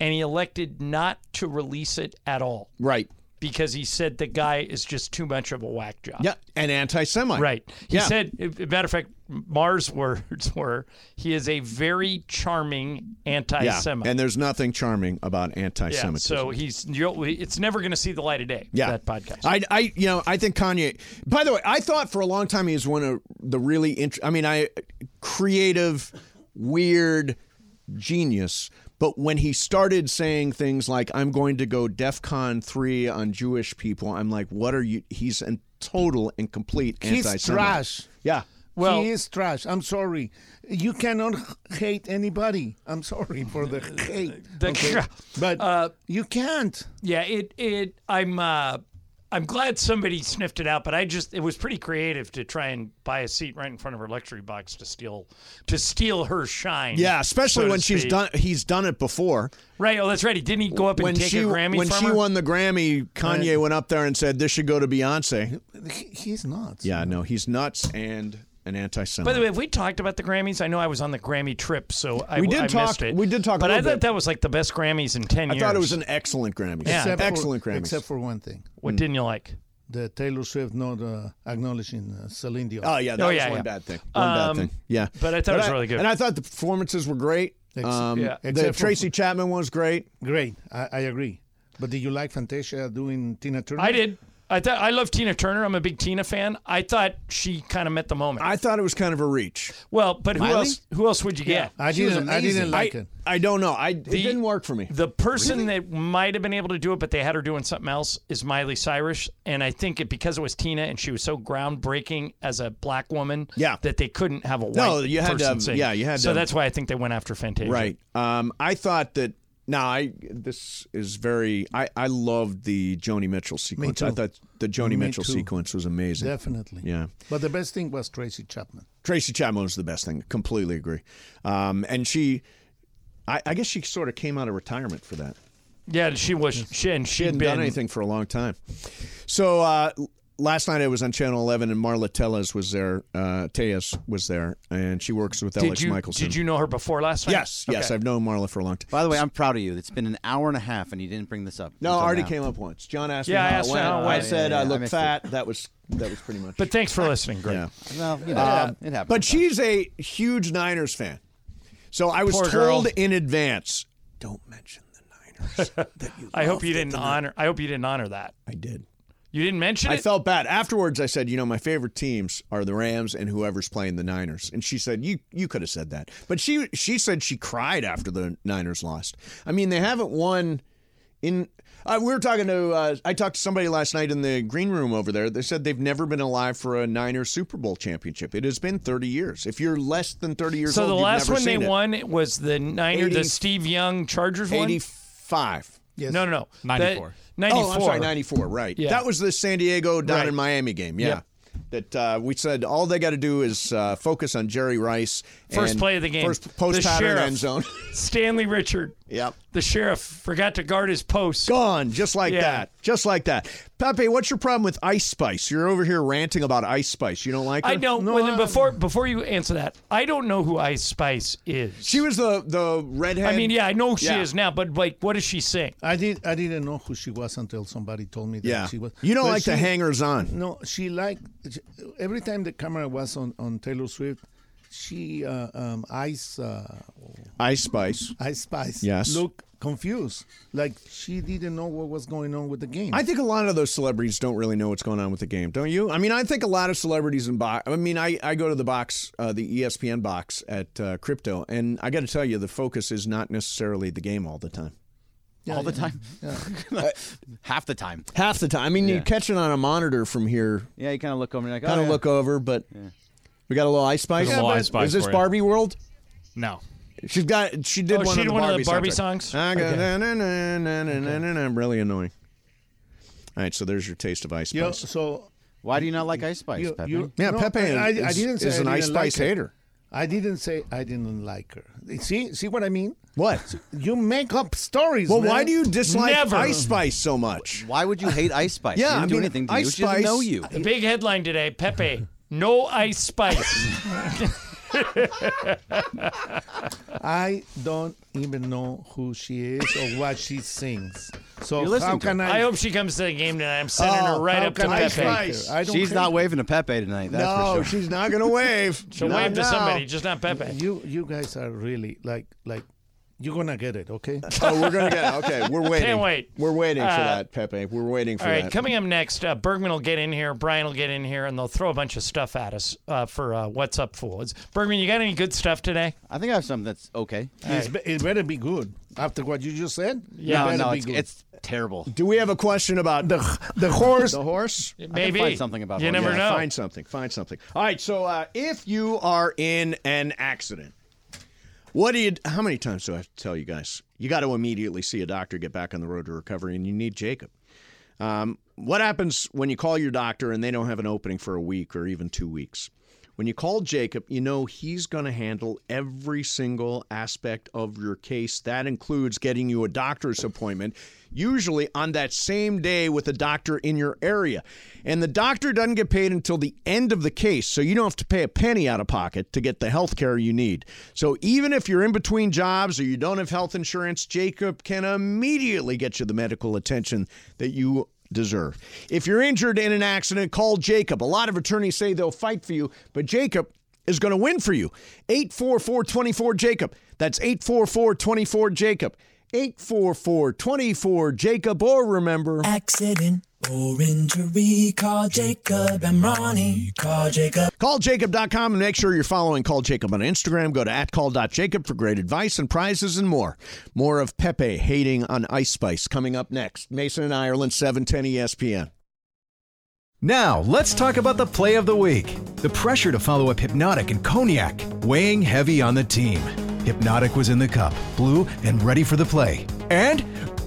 S2: and he elected not to release it at all.
S1: Right.
S2: Because he said the guy is just too much of a whack job.
S1: Yeah, an anti-Semite.
S2: Right. He
S1: yeah.
S2: said, a matter of fact, Mars' words were, he is a very charming anti
S1: Yeah,
S2: Semite.
S1: and there's nothing charming about
S2: Yeah,
S1: anti-Semitism.
S2: so he's you'll, it's never going to see the light of day.
S1: Yeah.
S2: that podcast.
S1: I, I, you know, I think Kanye. By the way, I thought for a long time he was one of the really, int- I mean, I creative, weird, genius. But when he started saying things like "I'm going to go DefCon three on Jewish people," I'm like, "What are you?" He's a total and complete
S9: He's
S1: anti-Semite.
S9: trash.
S1: Yeah.
S9: he is trash. I'm sorry. You cannot h- hate anybody. I'm sorry for the hate. okay? But you can't.
S2: uh, Yeah, it it I'm uh I'm glad somebody sniffed it out, but I just it was pretty creative to try and buy a seat right in front of her luxury box to steal to steal her shine.
S1: Yeah, especially
S2: so to
S1: when she's
S2: speak.
S1: done. He's done it before.
S2: Right, oh that's right. He didn't he go up and
S1: when
S2: take
S1: she
S2: a Grammy
S1: when
S2: from
S1: she
S2: her?
S1: won the Grammy, Kanye went up there and said, "This should go to Beyonce."
S9: He's not.
S1: Yeah, no, he's nuts and an anti-Semite.
S2: By the way, have we talked about the Grammys? I know I was on the Grammy trip, so I
S1: We did
S2: I
S1: talk-
S2: Missed it.
S1: we did talk a
S2: but I
S1: little
S2: thought
S1: bit.
S2: that was like the best Grammys in ten
S1: I
S2: years.
S1: thought it was an excellent Grammy.
S2: Yeah,
S9: Except for-
S2: excellent Grammys.
S9: Except for one thing.
S2: What didn't you like?
S9: The Taylor Swift not uh, acknowledging uh, Celine Dion.
S1: Oh yeah, that was one bad thing. One
S9: Um,
S1: bad thing. Yeah,
S9: but I thought it was really good.
S1: And I thought the performances were great.
S9: Ex-
S1: Um,
S9: yeah.
S1: The
S9: Except for-
S1: Tracy Chapman one was great.
S9: Great. I, I agree. But did you like Fantasia doing Tina Turner?
S2: I did. I thought I love Tina Turner. I'm a big Tina fan. I thought she kind of met the moment.
S1: I thought it was kind of a reach.
S2: Well, but who
S1: Miley?
S2: else? Who else would you get?
S1: I- I don't know. I it didn't work for me.
S2: The person that might have been able to do it, but they had her doing something else, is Miley Cyrus. And I think it because it was Tina and she was so groundbreaking as a black woman yeah. that they couldn't have a white
S1: No, you had to
S2: person
S1: have-
S2: sing.
S1: yeah, you had
S2: So
S1: to-
S2: that's why I think they went after Fantasia.
S1: Right. Um, I thought that. Now, I this is very. I I loved the Joni Mitchell sequence. I
S9: too.
S1: thought the Joni
S9: Me
S1: Mitchell
S9: too.
S1: sequence was amazing.
S9: Definitely.
S1: Yeah.
S9: But the best thing was Tracy Chapman.
S1: Tracy Chapman was the best thing. Completely agree. Um, and she, I, I guess she sort of came out of retirement for that.
S2: Yeah, she was. She and
S1: She
S2: she'd
S1: hadn't
S2: been
S1: done anything for a long time. So uh, l- last night I was on Channel 11 and Marla Tellez was there. Uh, Tejas was there, and she works with
S2: Did
S1: Alex
S2: you
S1: Michelson.
S2: did you know her before last night?
S1: Yes, yes,
S2: Okay.
S1: I've known Marla for a long time.
S3: By the way, I'm proud of you. It's been an hour and a half, and you didn't bring this up.
S1: No,
S3: until
S1: I already
S3: now.
S1: came up once. John asked
S3: Yeah, I
S1: me how
S3: asked
S1: it
S3: her
S1: went.
S3: how it
S1: I
S3: went.
S1: said
S3: Yeah, yeah,
S1: I
S3: yeah, I
S1: look
S3: missed
S1: fat. That was that was pretty much.
S2: But thanks for listening, Greg.
S3: Well, you know,
S1: Um,
S3: it happens.
S1: But she's a huge Niners fan. So I was
S2: Poor girl.
S1: told in advance, don't mention
S2: I hope you didn't honor. I hope you didn't honor that.
S1: I did.
S2: You didn't mention
S1: I
S2: it.
S1: felt bad. Afterwards, I said, you know, my favorite teams are the Rams and whoever's playing the Niners. And she said, you you could have said that. But she she said she cried after the Niners lost. I mean, they haven't won in. Uh, we were talking to. Uh, I talked to somebody last night in the green room over there. They said they've never been alive for a Niners Super Bowl championship. It has been 30 years. If you're less than 30 years
S2: so
S1: old,
S2: the
S1: you've
S2: last
S1: never
S2: one they
S1: seen it.
S2: won was the Niner, the
S1: 80
S2: Steve Young Chargers one.
S1: 85.
S9: Yes.
S2: No, no, no. That-
S1: 94. Oh, I'm
S2: 94.
S1: sorry, 94, right.
S2: Yeah.
S1: That was the San Diego down
S2: Right.
S1: in Miami game, yeah.
S2: Yep.
S1: That uh, we said all they got to do is uh, focus on Jerry Rice.
S2: First
S1: and
S2: play of the game.
S1: First
S2: The
S1: post pattern
S2: sheriff.
S1: end zone.
S2: Stanley Richard.
S1: Yep.
S2: The sheriff forgot to guard his post.
S1: Gone, just like
S2: Yeah.
S1: that. Just like that. Pepe, what's your problem with Ice Spice? You're over here ranting about Ice Spice. You don't like her?
S2: I don't. when- before before you answer that, I don't know who Ice Spice is.
S1: She was the the redhead.
S2: I mean, yeah, I know she
S9: Yeah.
S2: is now, but like, what does she sing?
S9: I did. I didn't know who she was until somebody told me that
S1: Yeah.
S9: she was.
S1: You don't
S9: But
S1: like the
S9: she-
S1: hangers-on.
S9: No, she liked every time the camera was on on Taylor Swift. She uh, um, ice uh,
S1: Ice Spice.
S9: ice spice.
S1: Yes.
S9: look confused, like she didn't know what was going on with the game.
S1: I think a lot of those celebrities don't really know what's going on with the game, don't you? I mean, I think a lot of celebrities in box. I mean, I, I go to the box, uh, the ESPN box at uh, Crypto, and I got to tell you, the focus is not necessarily the game all the time.
S3: all the time, half the time.
S1: Half the time. I mean, you
S3: Yeah.
S1: catch it on a monitor from here,
S3: Yeah, you kind of look over and you're like,
S1: kind of
S3: oh, yeah.
S1: look over, but we got a little ice spice.
S3: There's a little Ice Spice
S1: Is this
S3: for you.
S1: Barbie World?
S2: No.
S1: She's got. She
S2: Oh,
S1: did one
S2: she
S1: of
S2: did
S1: the
S2: one of
S1: Barbie
S2: the Barbie
S1: soundtrack.
S2: songs?
S1: I got
S2: Okay.
S1: na, na, na, na, na, na, na, na. really annoying. All right, so there's your taste of ice spice.
S9: Yo, so
S3: Why do you not like Ice Spice, Pepe?
S1: yeah, Pepe is,
S9: I, I
S1: is-
S9: didn't say
S1: is
S9: I
S1: an Ice
S9: didn't like
S1: Spice
S9: it.
S1: hater.
S9: I didn't say I didn't like her. See, see what I mean? What you make up stories?
S1: Well,
S9: man.
S1: why do you dislike Ice Spice so much?
S3: Why would you hate Ice Spice?
S1: Yeah,
S3: she didn't
S1: I
S3: do
S1: mean,
S3: anything to you.
S1: Ice
S3: She doesn't know
S1: Spice-
S3: you.
S2: The big headline today: Pepe, no ice spice.
S9: I don't even know who she is or what she sings. So
S3: You listen
S9: how
S3: to
S9: can
S3: her.
S9: I?
S2: I hope she comes to the game tonight. I'm sending
S9: Oh,
S2: her right
S9: how
S2: up to
S9: can I
S2: Pepe.
S9: fight her? I don't
S3: She's
S9: care.
S3: not waving to Pepe tonight. That's
S1: no,
S3: for sure.
S1: she's not gonna wave.
S2: She'll
S1: Not
S2: wave to
S1: now.
S2: somebody, just not Pepe.
S9: You you guys are really like like you're gonna get it, okay?
S1: Oh, we're gonna get. Okay, we're waiting.
S2: Can't wait.
S1: We're waiting for
S2: Uh,
S1: that, Pepe. We're waiting for
S2: All right,
S1: that.
S2: coming up next, uh, Bergman will get in here, Brian will get in here, and they'll throw a bunch of stuff at us uh, for uh, What's Up Fools. Bergman, you got any good stuff today?
S3: I think I have something that's okay.
S9: It's be- it better be good after what you just said. it
S3: no,
S9: better
S3: no,
S9: be
S3: it's,
S9: good.
S3: it's terrible.
S1: Do we have a question about the
S9: the horse.
S1: the horse?
S2: Maybe.
S3: find something about
S2: You
S3: one,
S2: never
S3: yeah.
S2: know.
S1: Find something. Find something. All right. So uh, if you are in an accident, what do you? How many times do I have to tell you guys? You got to immediately see a doctor, get back on the road to recovery, and you need Jacob. Um, what happens when you call your doctor and they don't have an opening for a week or even two weeks? When you call Jacob, you know he's going to handle every single aspect of your case. That includes getting you a doctor's appointment, usually on that same day with a doctor in your area. And the doctor doesn't get paid until the end of the case, so you don't have to pay a penny out of pocket to get the health care you need. So even if you're in between jobs or you don't have health insurance, Jacob can immediately get you the medical attention that you deserve. If you're injured in an accident, call Jacob. A lot of attorneys say they'll fight for you, but Jacob is going to win for you. 844 Jacob. That's 844 Jacob. 844 Jacob, or remember.
S10: Accident or injury, call Jacob and Ronnie. Call Jacob.
S1: CallJacob.com and make sure you're following Call Jacob on Instagram. Go to at call.jacob for great advice and prizes and more. More of Pepe hating on Ice Spice coming up next. Mason and Ireland, E 710 ESPN.
S8: Now, let's talk about the play of the week. The pressure to follow up Hypnotic and Cognac, weighing heavy on the team. Hypnotic was in the cup, blue, and ready for the play. And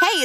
S11: Hey,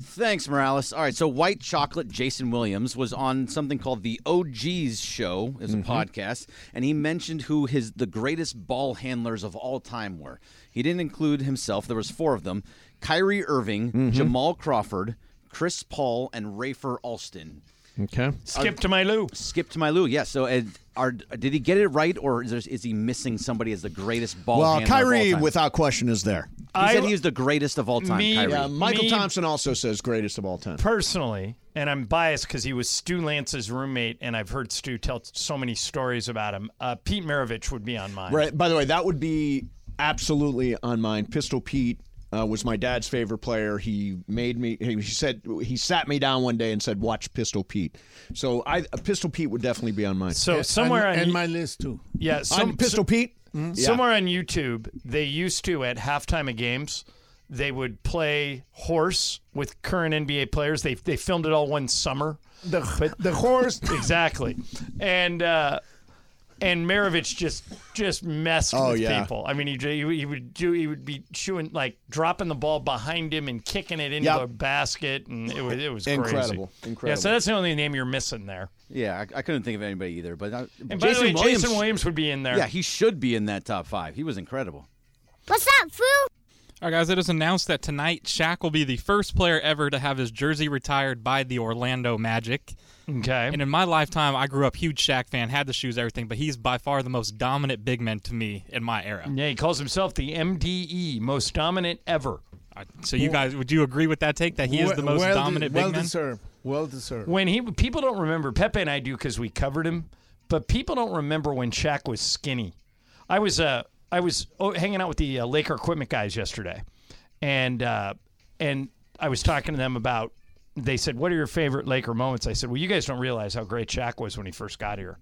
S3: Thanks, Morales. All right, so White Chocolate Jason Williams was on something called the OG's Show, is
S1: Mm-hmm.
S3: a podcast, and he mentioned who his the greatest ball handlers of all time were. He didn't include himself. There was four of them: Kyrie Irving,
S1: Mm-hmm.
S3: Jamal Crawford, Chris Paul, and Rafer Alston.
S1: Okay.
S2: Skip to my Lou.
S3: Skip to my Lou. Yeah. So, uh, are, did he get it right, or is, there, is he missing somebody as the greatest ball?
S1: Well,
S3: handler of all
S1: Kyrie,
S3: time?
S1: without question, is there.
S3: He said
S2: I-
S3: he was the greatest of all time.
S2: Me-
S3: Kyrie.
S2: Yeah,
S1: Uh, Michael
S2: Me-
S1: Thompson also says greatest of all time.
S2: Personally, and I'm biased because he was Stu Lance's roommate, and I've heard Stu tell so many stories about him. Uh, Pete Maravich would be on mine.
S1: Right. By the way, that would be absolutely on mine. Pistol Pete uh, was my dad's favorite player. He made me. He said he sat me down one day and said, "Watch Pistol Pete." So I uh, Pistol Pete would definitely be on mine.
S2: So somewhere
S9: and,
S2: on
S9: and
S2: you-
S9: my list too. Hmm?
S2: yeah, some, mm-hmm.
S1: on Pistol Pete. Yeah.
S2: Somewhere on YouTube, they used to at halftime of games, they would play horse with current NBA players. They they filmed it all one summer.
S9: The the horse.
S2: Exactly, and uh, and Maravich just just messed
S1: Oh,
S2: with
S1: yeah.
S2: people. I mean, he, ju- he would do he would be chewing like dropping the ball behind him and kicking it into
S1: Yep.
S2: the basket, and it was it was crazy.
S1: Incredible.
S2: Yeah,
S1: Incredible.
S2: so that's the only name you're missing there.
S3: Yeah, I, I couldn't think of anybody either. But I,
S2: And by
S3: Jason
S2: the way,
S3: Williams.
S2: Jason Williams would be in there.
S3: Yeah, he should be in that top five. He was incredible.
S11: What's up, Foo?
S12: All right, guys, it is announced that tonight Shaq will be the first player ever to have his jersey retired by the Orlando Magic.
S2: Okay.
S12: And in my lifetime, I grew up huge Shaq fan, had the shoes, everything, but he's by far the most dominant big man to me in my era.
S2: Yeah, he calls himself the MDE, most dominant ever.
S12: So you guys, would you agree with that take that he is the most
S9: well, de-
S12: dominant
S9: well
S12: big man?
S9: deserved. Well deserved.
S2: When he people don't remember Pepe and I do because we covered him, but people don't remember when Shaq was skinny. I was uh I was oh, hanging out with the uh, Laker equipment guys yesterday, and uh, and I was talking to them about. They said, "What are your favorite Laker moments?" I said, "Well, you guys don't realize how great Shaq was when he first got here.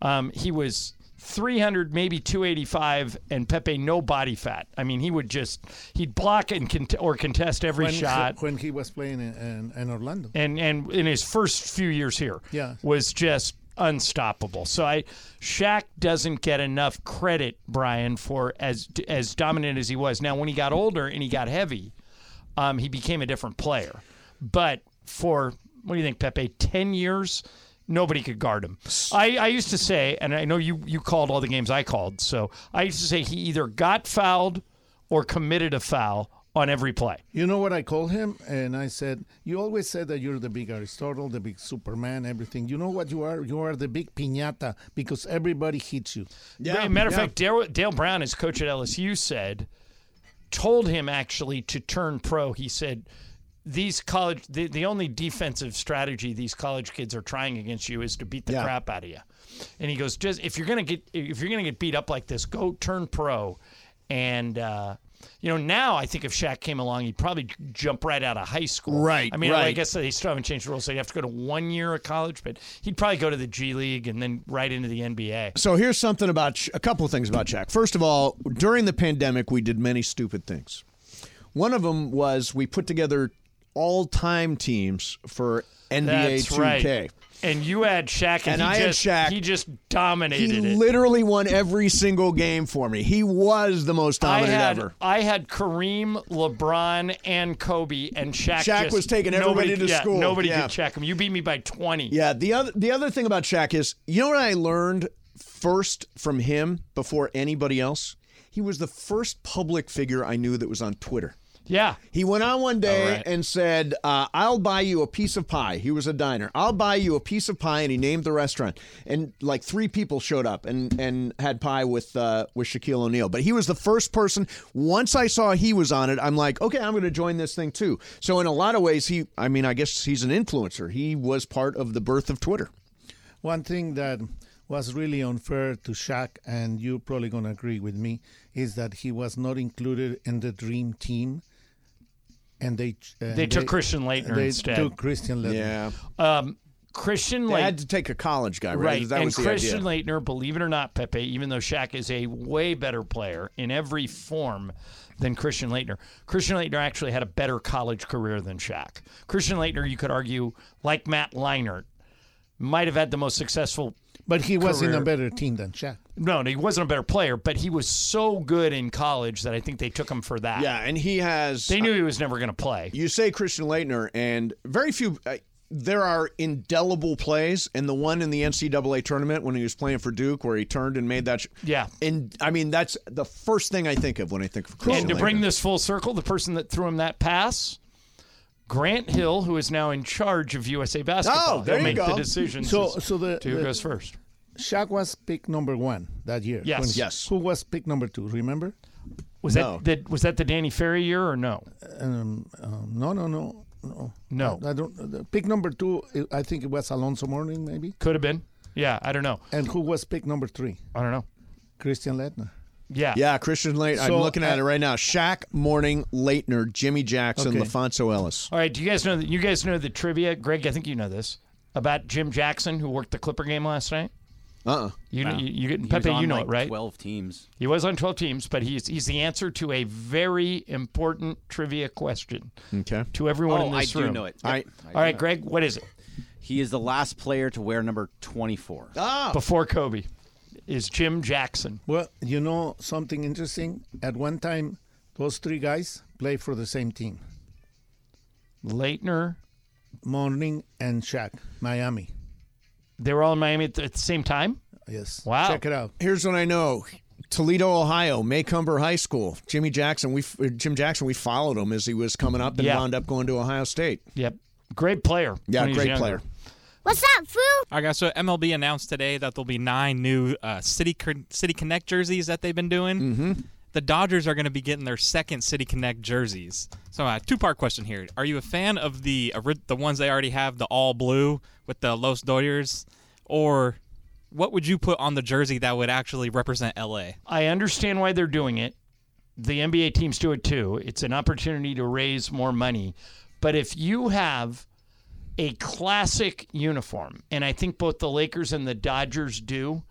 S2: Um, he was 300, maybe 285, and Pepe no body fat. I mean, he would just he'd block and cont- or contest every
S9: when,
S2: shot.
S9: When he was playing in, in, in Orlando.
S2: and and in his first few years here
S9: Yeah.
S2: was just unstoppable. So I Shaq doesn't get enough credit, Brian, for as as dominant as he was. Now when he got older and he got heavy, um, he became a different player. But for what do you think, Pepe? Ten years, nobody could guard him. I, I used to say, and I know you you called all the games I called, so I used to say he either got fouled or committed a foul on every play.
S9: You know what I called him? And I said, You always said that you're the big Aristotle, the big Superman, everything. You know what you are? You are the big piñata because everybody hits you.
S2: Yeah. Matter of fact, Dale, Dale Brown, his coach at LSU, said, told him actually to turn pro. He said, these college, the, the only defensive strategy these college kids are trying against you is to beat the crap out of you. And he goes, just if you're gonna get if you're gonna get beat up like this, go turn pro. And uh, you know, now I think if Shaq came along, he'd probably j- jump right out of high school.
S6: Right,
S2: I mean, I
S6: right.
S2: guess they still haven't changed the rules, so he'd have to go to one year of college, but he'd probably go to the G League and then right into the NBA.
S1: So here's something about Sh- a couple of things about Shaq. First of all, during the pandemic, we did many stupid things. One of them was we put together all-time teams for NBA
S2: That's
S1: 2K.
S2: right. And you had Shaq, and,
S1: And
S2: he
S1: I had
S2: just,
S1: Shaq.
S2: He just dominated
S1: He
S2: it.
S1: literally won every single game for me. He was the most
S2: I
S1: dominant
S2: had
S1: ever.
S2: I had Kareem, LeBron, and Kobe, and Shaq.
S1: Shaq
S2: just-
S1: was taking everybody
S2: nobody-
S1: to
S2: yeah,
S1: school.
S2: Nobody
S1: Yeah.
S2: could check him. You beat me by twenty.
S1: Yeah, the other the other thing about Shaq is, you know what I learned first from him before anybody else? He was the first public figure I knew that was on Twitter.
S2: Yeah.
S1: He went on one day
S6: All right.
S1: and said, uh, I'll buy you a piece of pie. He was a diner. I'll buy you a piece of pie. And he named the restaurant. And like three people showed up and, and had pie with uh, with Shaquille O'Neal. But he was the first person. Once I saw he was on it, I'm like, okay, I'm going to join this thing too. So, in a lot of ways, he, I mean, I guess he's an influencer. He was part of the birth of Twitter.
S9: One thing that was really unfair to Shaq, and you're probably going to agree with me, is that he was not included in the dream team. And they uh,
S2: They took Christian Laettner
S9: they
S2: instead.
S9: took Christian Leitner.
S1: Yeah.
S2: Um, Christian
S1: They
S2: Late-
S1: had to take a college guy, right?
S2: Right.
S1: That
S2: and
S1: was the
S2: Christian
S1: idea.
S2: Leitner, believe it or not, Pepe, even though Shaq is a way better player in every form than Christian Leitner, Christian Leitner actually had a better college career than Shaq. Christian Leitner, you could argue, like Matt Leinart, might have had the most successful.
S9: But he was in a
S2: career.
S9: better team than Shaq.
S2: No, no, he wasn't a better player, but he was so good in college that I think they took him for that.
S1: Yeah, and he has. uh,
S2: They knew he was never going to play.
S1: You say Christian Leitner, and very few. Uh, there are indelible plays, and the one in the NCAA tournament when he was playing for Duke, where he turned and made that. Sh-
S2: Yeah.
S1: and I mean that's the first thing I think of when I think of Christian.
S2: And to
S1: Leitner.
S2: bring this full circle, the person that threw him that pass, Grant Hill, who is now in charge of USA Basketball,
S9: Oh, there
S2: He'll
S9: you
S2: make
S9: go.
S2: the decisions.
S9: So-
S2: as
S9: so the-
S2: to who
S9: the-
S2: goes first.
S9: Shaq was pick number one that year.
S2: Yes.
S9: When-
S2: Yes.
S9: Who was pick number two? Remember?
S2: Was that the, was that the Danny Ferry year or no?
S9: Um, um, no, no, no, no.
S2: No.
S9: I, I don't. uh, the Pick number two, I- I think it was Alonso Morning, maybe.
S2: Could have been. Yeah, I don't know.
S9: And who was pick number three?
S2: I don't know.
S9: Christian Leitner.
S2: Yeah,
S1: yeah, Christian Leitner. I'm
S9: So,
S1: looking at
S9: uh,
S1: it right now. Shaq, Morning, Leitner, Jimmy Jackson,
S2: Okay.
S1: LaFonso Ellis.
S2: All right. Do you guys know that? You guys know the trivia, Greg? I think you know this about Jim Jackson, who worked the Clipper game last night.
S1: Uh. uh
S2: You,
S3: Wow.
S2: you, you
S3: He
S2: get
S3: was
S2: Pepe.
S3: on,
S2: you know
S3: like,
S2: it, right?
S3: 12 teams.
S2: He was on 12 teams, but he's he's the answer to a very important trivia question
S1: Okay.
S2: to everyone
S3: Oh,
S2: in this
S3: I do
S2: room.
S3: know it.
S2: All right,
S3: Yep, I do
S2: all right,
S3: know it.
S2: Greg, what is it?
S3: He is the last player to wear number 24.
S1: Ah.
S2: Before Kobe is Jim Jackson.
S9: Well, you know something interesting? At one time, those three guys played for the same team.
S2: Leitner.
S9: Morning and Shaq, Miami.
S2: They were all in Miami at the, at the same time.
S9: Yes.
S2: Wow.
S9: Check it out.
S1: Here's what I know. Toledo, Ohio, Maycumber High School. Jimmy Jackson. We f- uh, Jim Jackson. We followed him as he was coming up and
S2: Yeah.
S1: wound up going to Ohio State.
S2: Yep, great player.
S1: Yeah,
S12: when he was
S1: great
S12: younger.
S1: player.
S10: What's up, fool?
S12: All right, guys. So MLB announced today that there'll be nine new uh, City Con- City Connect jerseys that they've been doing. Mm-hmm. The Dodgers are going to be getting their second City Connect jerseys. So, uh, two part question here: Are you a fan of the ori- the ones they already have, the all blue with the Los Dodgers, or what would you put on the jersey that would actually represent LA?
S2: I understand why they're doing it. The NBA teams do it too. It's an opportunity to raise more money. But if you have a classic uniform, and I think both the Lakers and the Dodgers do,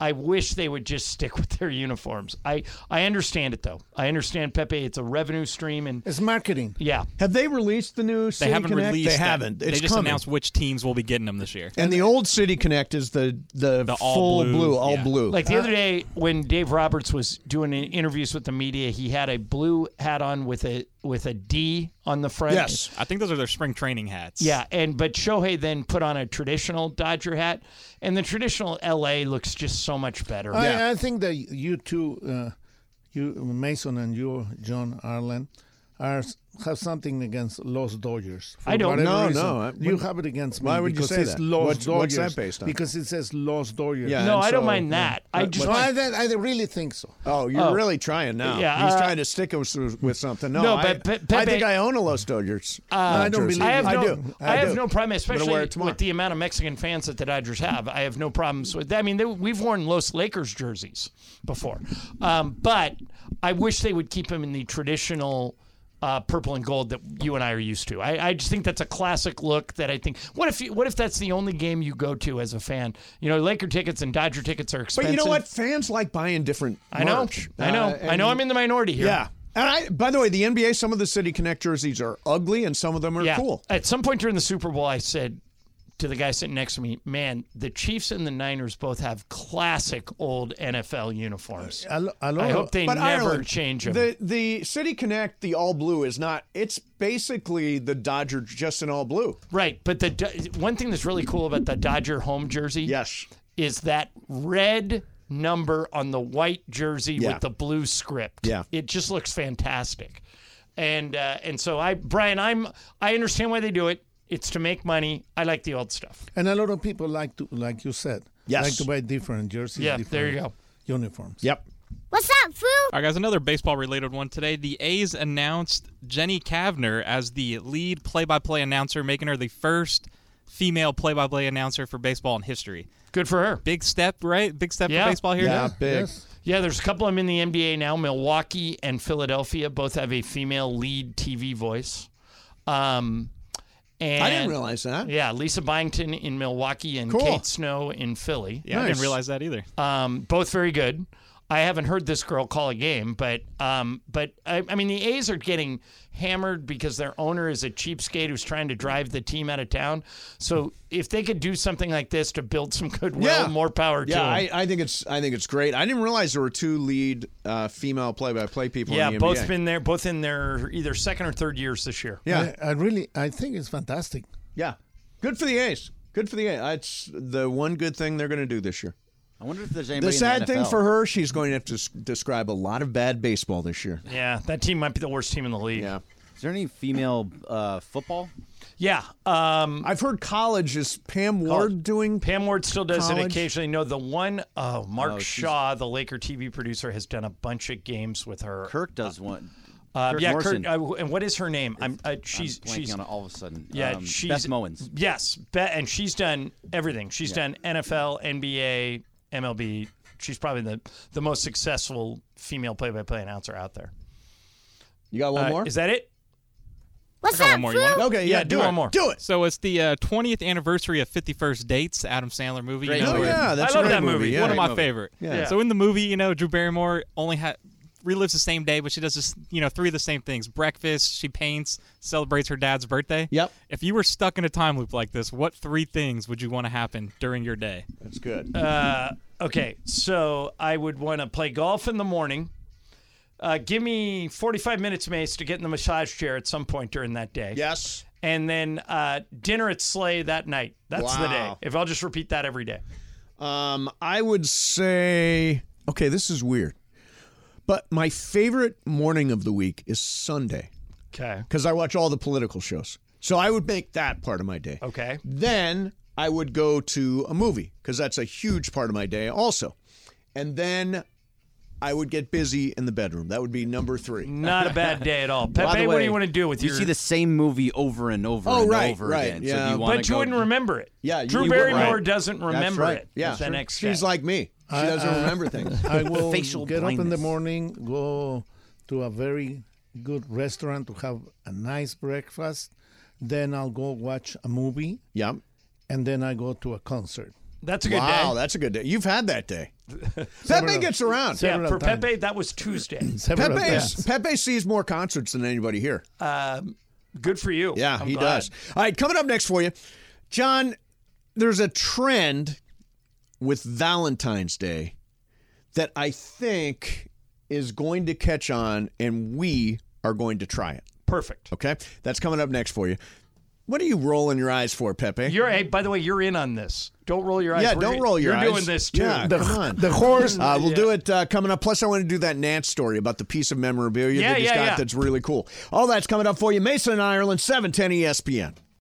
S2: I wish they would just stick with their uniforms. I, I understand it though. I understand Pepe. It's a revenue stream and
S9: it's marketing.
S2: Yeah.
S1: Have they released the new?
S12: They
S1: City
S12: haven't
S1: Connect?
S12: released.
S1: They
S12: that.
S1: haven't.
S12: They
S1: It's
S12: just
S1: coming.
S12: announced which teams will be getting them this year.
S1: And the old City Connect is the the, full blue, all blue.
S2: Like the other day when Dave Roberts was doing interviews with the media, he had a blue hat on with a with a D on the front.
S12: I think those are their spring training hats.
S2: Yeah, and but Shohei then put on a traditional Dodger hat, and the traditional LA looks just so much better.
S1: Oh,
S9: I, I think that you two, uh, you Mason and you John Arlen, are have something against Los Dodgers. for
S2: I don't-
S9: whatever
S2: No,
S9: reason.
S2: no, I-
S9: you have it against me.
S1: Why would you
S9: because
S1: say
S9: it's
S1: that?
S9: Los
S1: What's- what's
S9: Dodgers.
S1: that based on?
S9: Because it says Los Dodgers.
S1: Yeah, No, and I don't so- mind that. yeah. I But- just
S9: no,
S1: but-
S9: I, th- I really think so.
S1: Oh, you're
S9: Oh.
S1: really trying now.
S9: Yeah,
S1: he's
S9: uh,
S1: trying to stick us with something. No,
S9: No,
S1: I,
S9: but Pe-
S1: I
S9: Pepe-
S1: think I own a Los Dodgers.
S2: Uh,
S1: uh, jersey.
S2: I have no,
S1: I do.
S2: I have
S1: do.
S2: no problem,
S1: I'm gonna
S2: especially
S1: wear it tomorrow.
S2: with the amount of Mexican fans that the Dodgers have. I have no problems with that. I mean, they, we've worn Los Lakers jerseys before, um, but I wish they would keep them in the traditional. Uh, purple and gold that you and I are used to. I, I just think that's a classic look that I think. What if you, what if that's the only game you go to as a fan? You know, Laker tickets and Dodger tickets are
S1: But
S2: expensive.
S1: you know what? Fans like buying different.
S2: I know.
S1: merch. Uh,
S2: I know. I know I'm in the minority here.
S1: Yeah. And I, by the way, the NBA, some of the City Connect jerseys are ugly, and some of them are
S2: yeah.
S1: cool.
S2: At some point during the Super Bowl, I said to the guy sitting next to me, "Man, the Chiefs and the Niners both have classic old NFL uniforms. I, hope they
S1: But
S2: never
S1: Ireland,
S2: change them."
S1: The the City Connect, the all blue is not. It's basically the Dodger just in all blue.
S2: Right, but the Do- one thing that's really cool about the Dodger home jersey,
S1: yes,
S2: is that red number on the white jersey
S1: Yeah.
S2: with the blue script.
S1: Yeah.
S2: it just looks fantastic, and uh, and so I, Brian, I'm I understand why they do it. It's to make money. I like the old stuff.
S9: And a lot of people like to, like you said,
S2: Yes.
S9: like to buy different jerseys.
S2: Yeah, there you
S9: different Uniforms.
S1: Yep.
S10: What's up, fool?
S12: All right, guys, another baseball related one today. The A's announced Jenny Kavner as the lead play by play announcer, making her the first female play by play announcer for baseball in history.
S2: Good for her.
S12: Big step, right? Big step for baseball here.
S2: Yeah, there's a couple of them in the NBA now. Milwaukee and Philadelphia both have a female lead TV voice. Um, and
S1: I didn't realize that.
S2: Yeah, Lisa Byington in Milwaukee and
S1: Cool.
S2: Kate Snow in Philly.
S12: Yeah, I didn't Nice. realize that either.
S2: Um, both very good. I haven't heard this girl call a game, but um, but I, I mean the A's are getting hammered because their owner is a cheapskate who's trying to drive the team out of town. So if they could do something like this to build some goodwill, more power
S1: yeah,
S2: to 'em.
S1: I, I think it's I think it's great. I didn't realize there were two lead uh, female play-by-play people.
S2: Yeah,
S1: in the
S2: both
S1: NBA.
S2: been there, both in their either second or third years this year.
S9: I, I really, I think it's fantastic.
S1: Yeah, good for the A's. Good for the A's. It's the one good thing they're going to do this year.
S3: I wonder if there's anybody.
S1: the sad thing for her, she's going to have to s- describe a lot of bad baseball this year.
S2: yeah, that team might be the worst team in the league.
S1: Yeah.
S3: Is there any female uh, football?
S2: Yeah, um,
S1: I've heard college is Pam Ward doing.
S2: Pam Ward still does it
S1: college?
S2: occasionally. No, the one oh, Mark
S3: Oh, she's-
S2: Shaw, the Laker TV producer, has done a bunch of games with her.
S3: Kirk does one.
S2: Uh,
S3: Kirk
S2: yeah,
S3: Morrison.
S2: Kurt, uh, wh- and what is her name? I'm, uh, she's
S3: blanking
S2: she's
S3: on it all of a sudden.
S2: Yeah,
S3: Um, Beth
S2: she's
S3: Mowins.
S2: Yes, Be- and she's done everything. She's
S3: Yeah.
S2: done NFL, NBA, MLB. She's probably the the most successful female play-by-play announcer out there. Uh,
S1: You got
S12: one more?
S2: Is that it?
S10: What's
S12: I got one more. You want?
S1: Okay,
S2: yeah, do, one more.
S12: So it's the uh, 20th anniversary of 51st Dates, Adam Sandler movie.
S2: Great
S12: you know,
S2: movie.
S12: where-
S2: Yeah, that's
S12: I love
S2: a great
S12: that movie.
S2: movie. Yeah.
S12: One of my
S2: Great movie.
S12: favorite.
S2: Yeah.
S12: So in the movie, you know, Drew Barrymore only ha- relives the same day, but she does this, you know, three of the same things: breakfast, she paints, celebrates her dad's birthday.
S1: Yep.
S12: If you were stuck in a time loop like this, what three things would you want to happen during your day?
S1: That's good.
S2: Uh, okay, so I would want to play golf in the morning. Uh, give me 45 minutes, Mace, to get in the massage chair at some point during that day.
S1: Yes.
S2: And then uh, dinner at Slay that night. That's the day.
S1: Wow.
S2: If I'll just repeat that every day.
S1: Um, I would say, okay, this is weird. But my favorite morning of the week is Sunday.
S2: Okay.
S1: Because I watch all the political shows. So I would make that part of my day.
S2: Okay.
S1: Then I would go to a movie because that's a huge part of my day also. And then I would get busy in the bedroom. That would be number three.
S2: Not a bad day at all.
S3: By the
S2: Pepe, what do
S3: way,
S2: you want to do with
S3: you
S2: your?
S3: see the same movie over and over
S1: Oh,
S3: and
S1: right,
S3: over
S1: right,
S3: again.
S1: yeah.
S3: So do you wanna
S2: but you
S3: go-
S2: wouldn't remember it.
S1: Yeah, you-
S2: Drew
S1: you would-
S2: Barrymore
S1: right.
S2: doesn't
S1: That's
S2: remember
S1: right.
S2: it.
S1: Yeah.
S2: the
S1: Sure.
S2: next
S1: She's
S2: day.
S1: like me. She
S9: I-
S1: doesn't
S9: I-
S1: remember things.
S9: I will
S1: Facial
S9: get up in the
S1: blindness.
S9: morning, go to a very good restaurant to have a nice breakfast. Then I'll go watch a movie.
S1: Yeah.
S9: And then I go to a concert.
S2: That's
S1: Wow, that's a good day. You've had that day. Pepe
S9: Several-
S1: gets around.
S2: Yeah, for Pepe, that was Tuesday.
S1: Pepe, is, Pepe sees more concerts than anybody here.
S2: Um, good for you.
S1: Yeah,
S2: I'm
S1: he
S2: glad.
S1: does. All right, coming up next for you, John. There's a trend with Valentine's Day that I think is going to catch on, and we are going to try it.
S2: Perfect.
S1: Okay, that's coming up next for you. What are you rolling your eyes for, Pepe?
S2: You're. Hey, by the way, you're in on this. Don't roll your eyes.
S1: Yeah,
S2: We're-
S1: don't roll your eyes.
S2: You're doing this too.
S1: Yeah, come on. Uh, we'll do it uh, coming up. Plus, I want to do that Nance story about the piece of memorabilia
S2: Yeah,
S1: that he's
S2: yeah,
S1: got
S2: yeah.
S1: E that's really cool. All that's coming up for you. Mason in Ireland, 710 ESPN.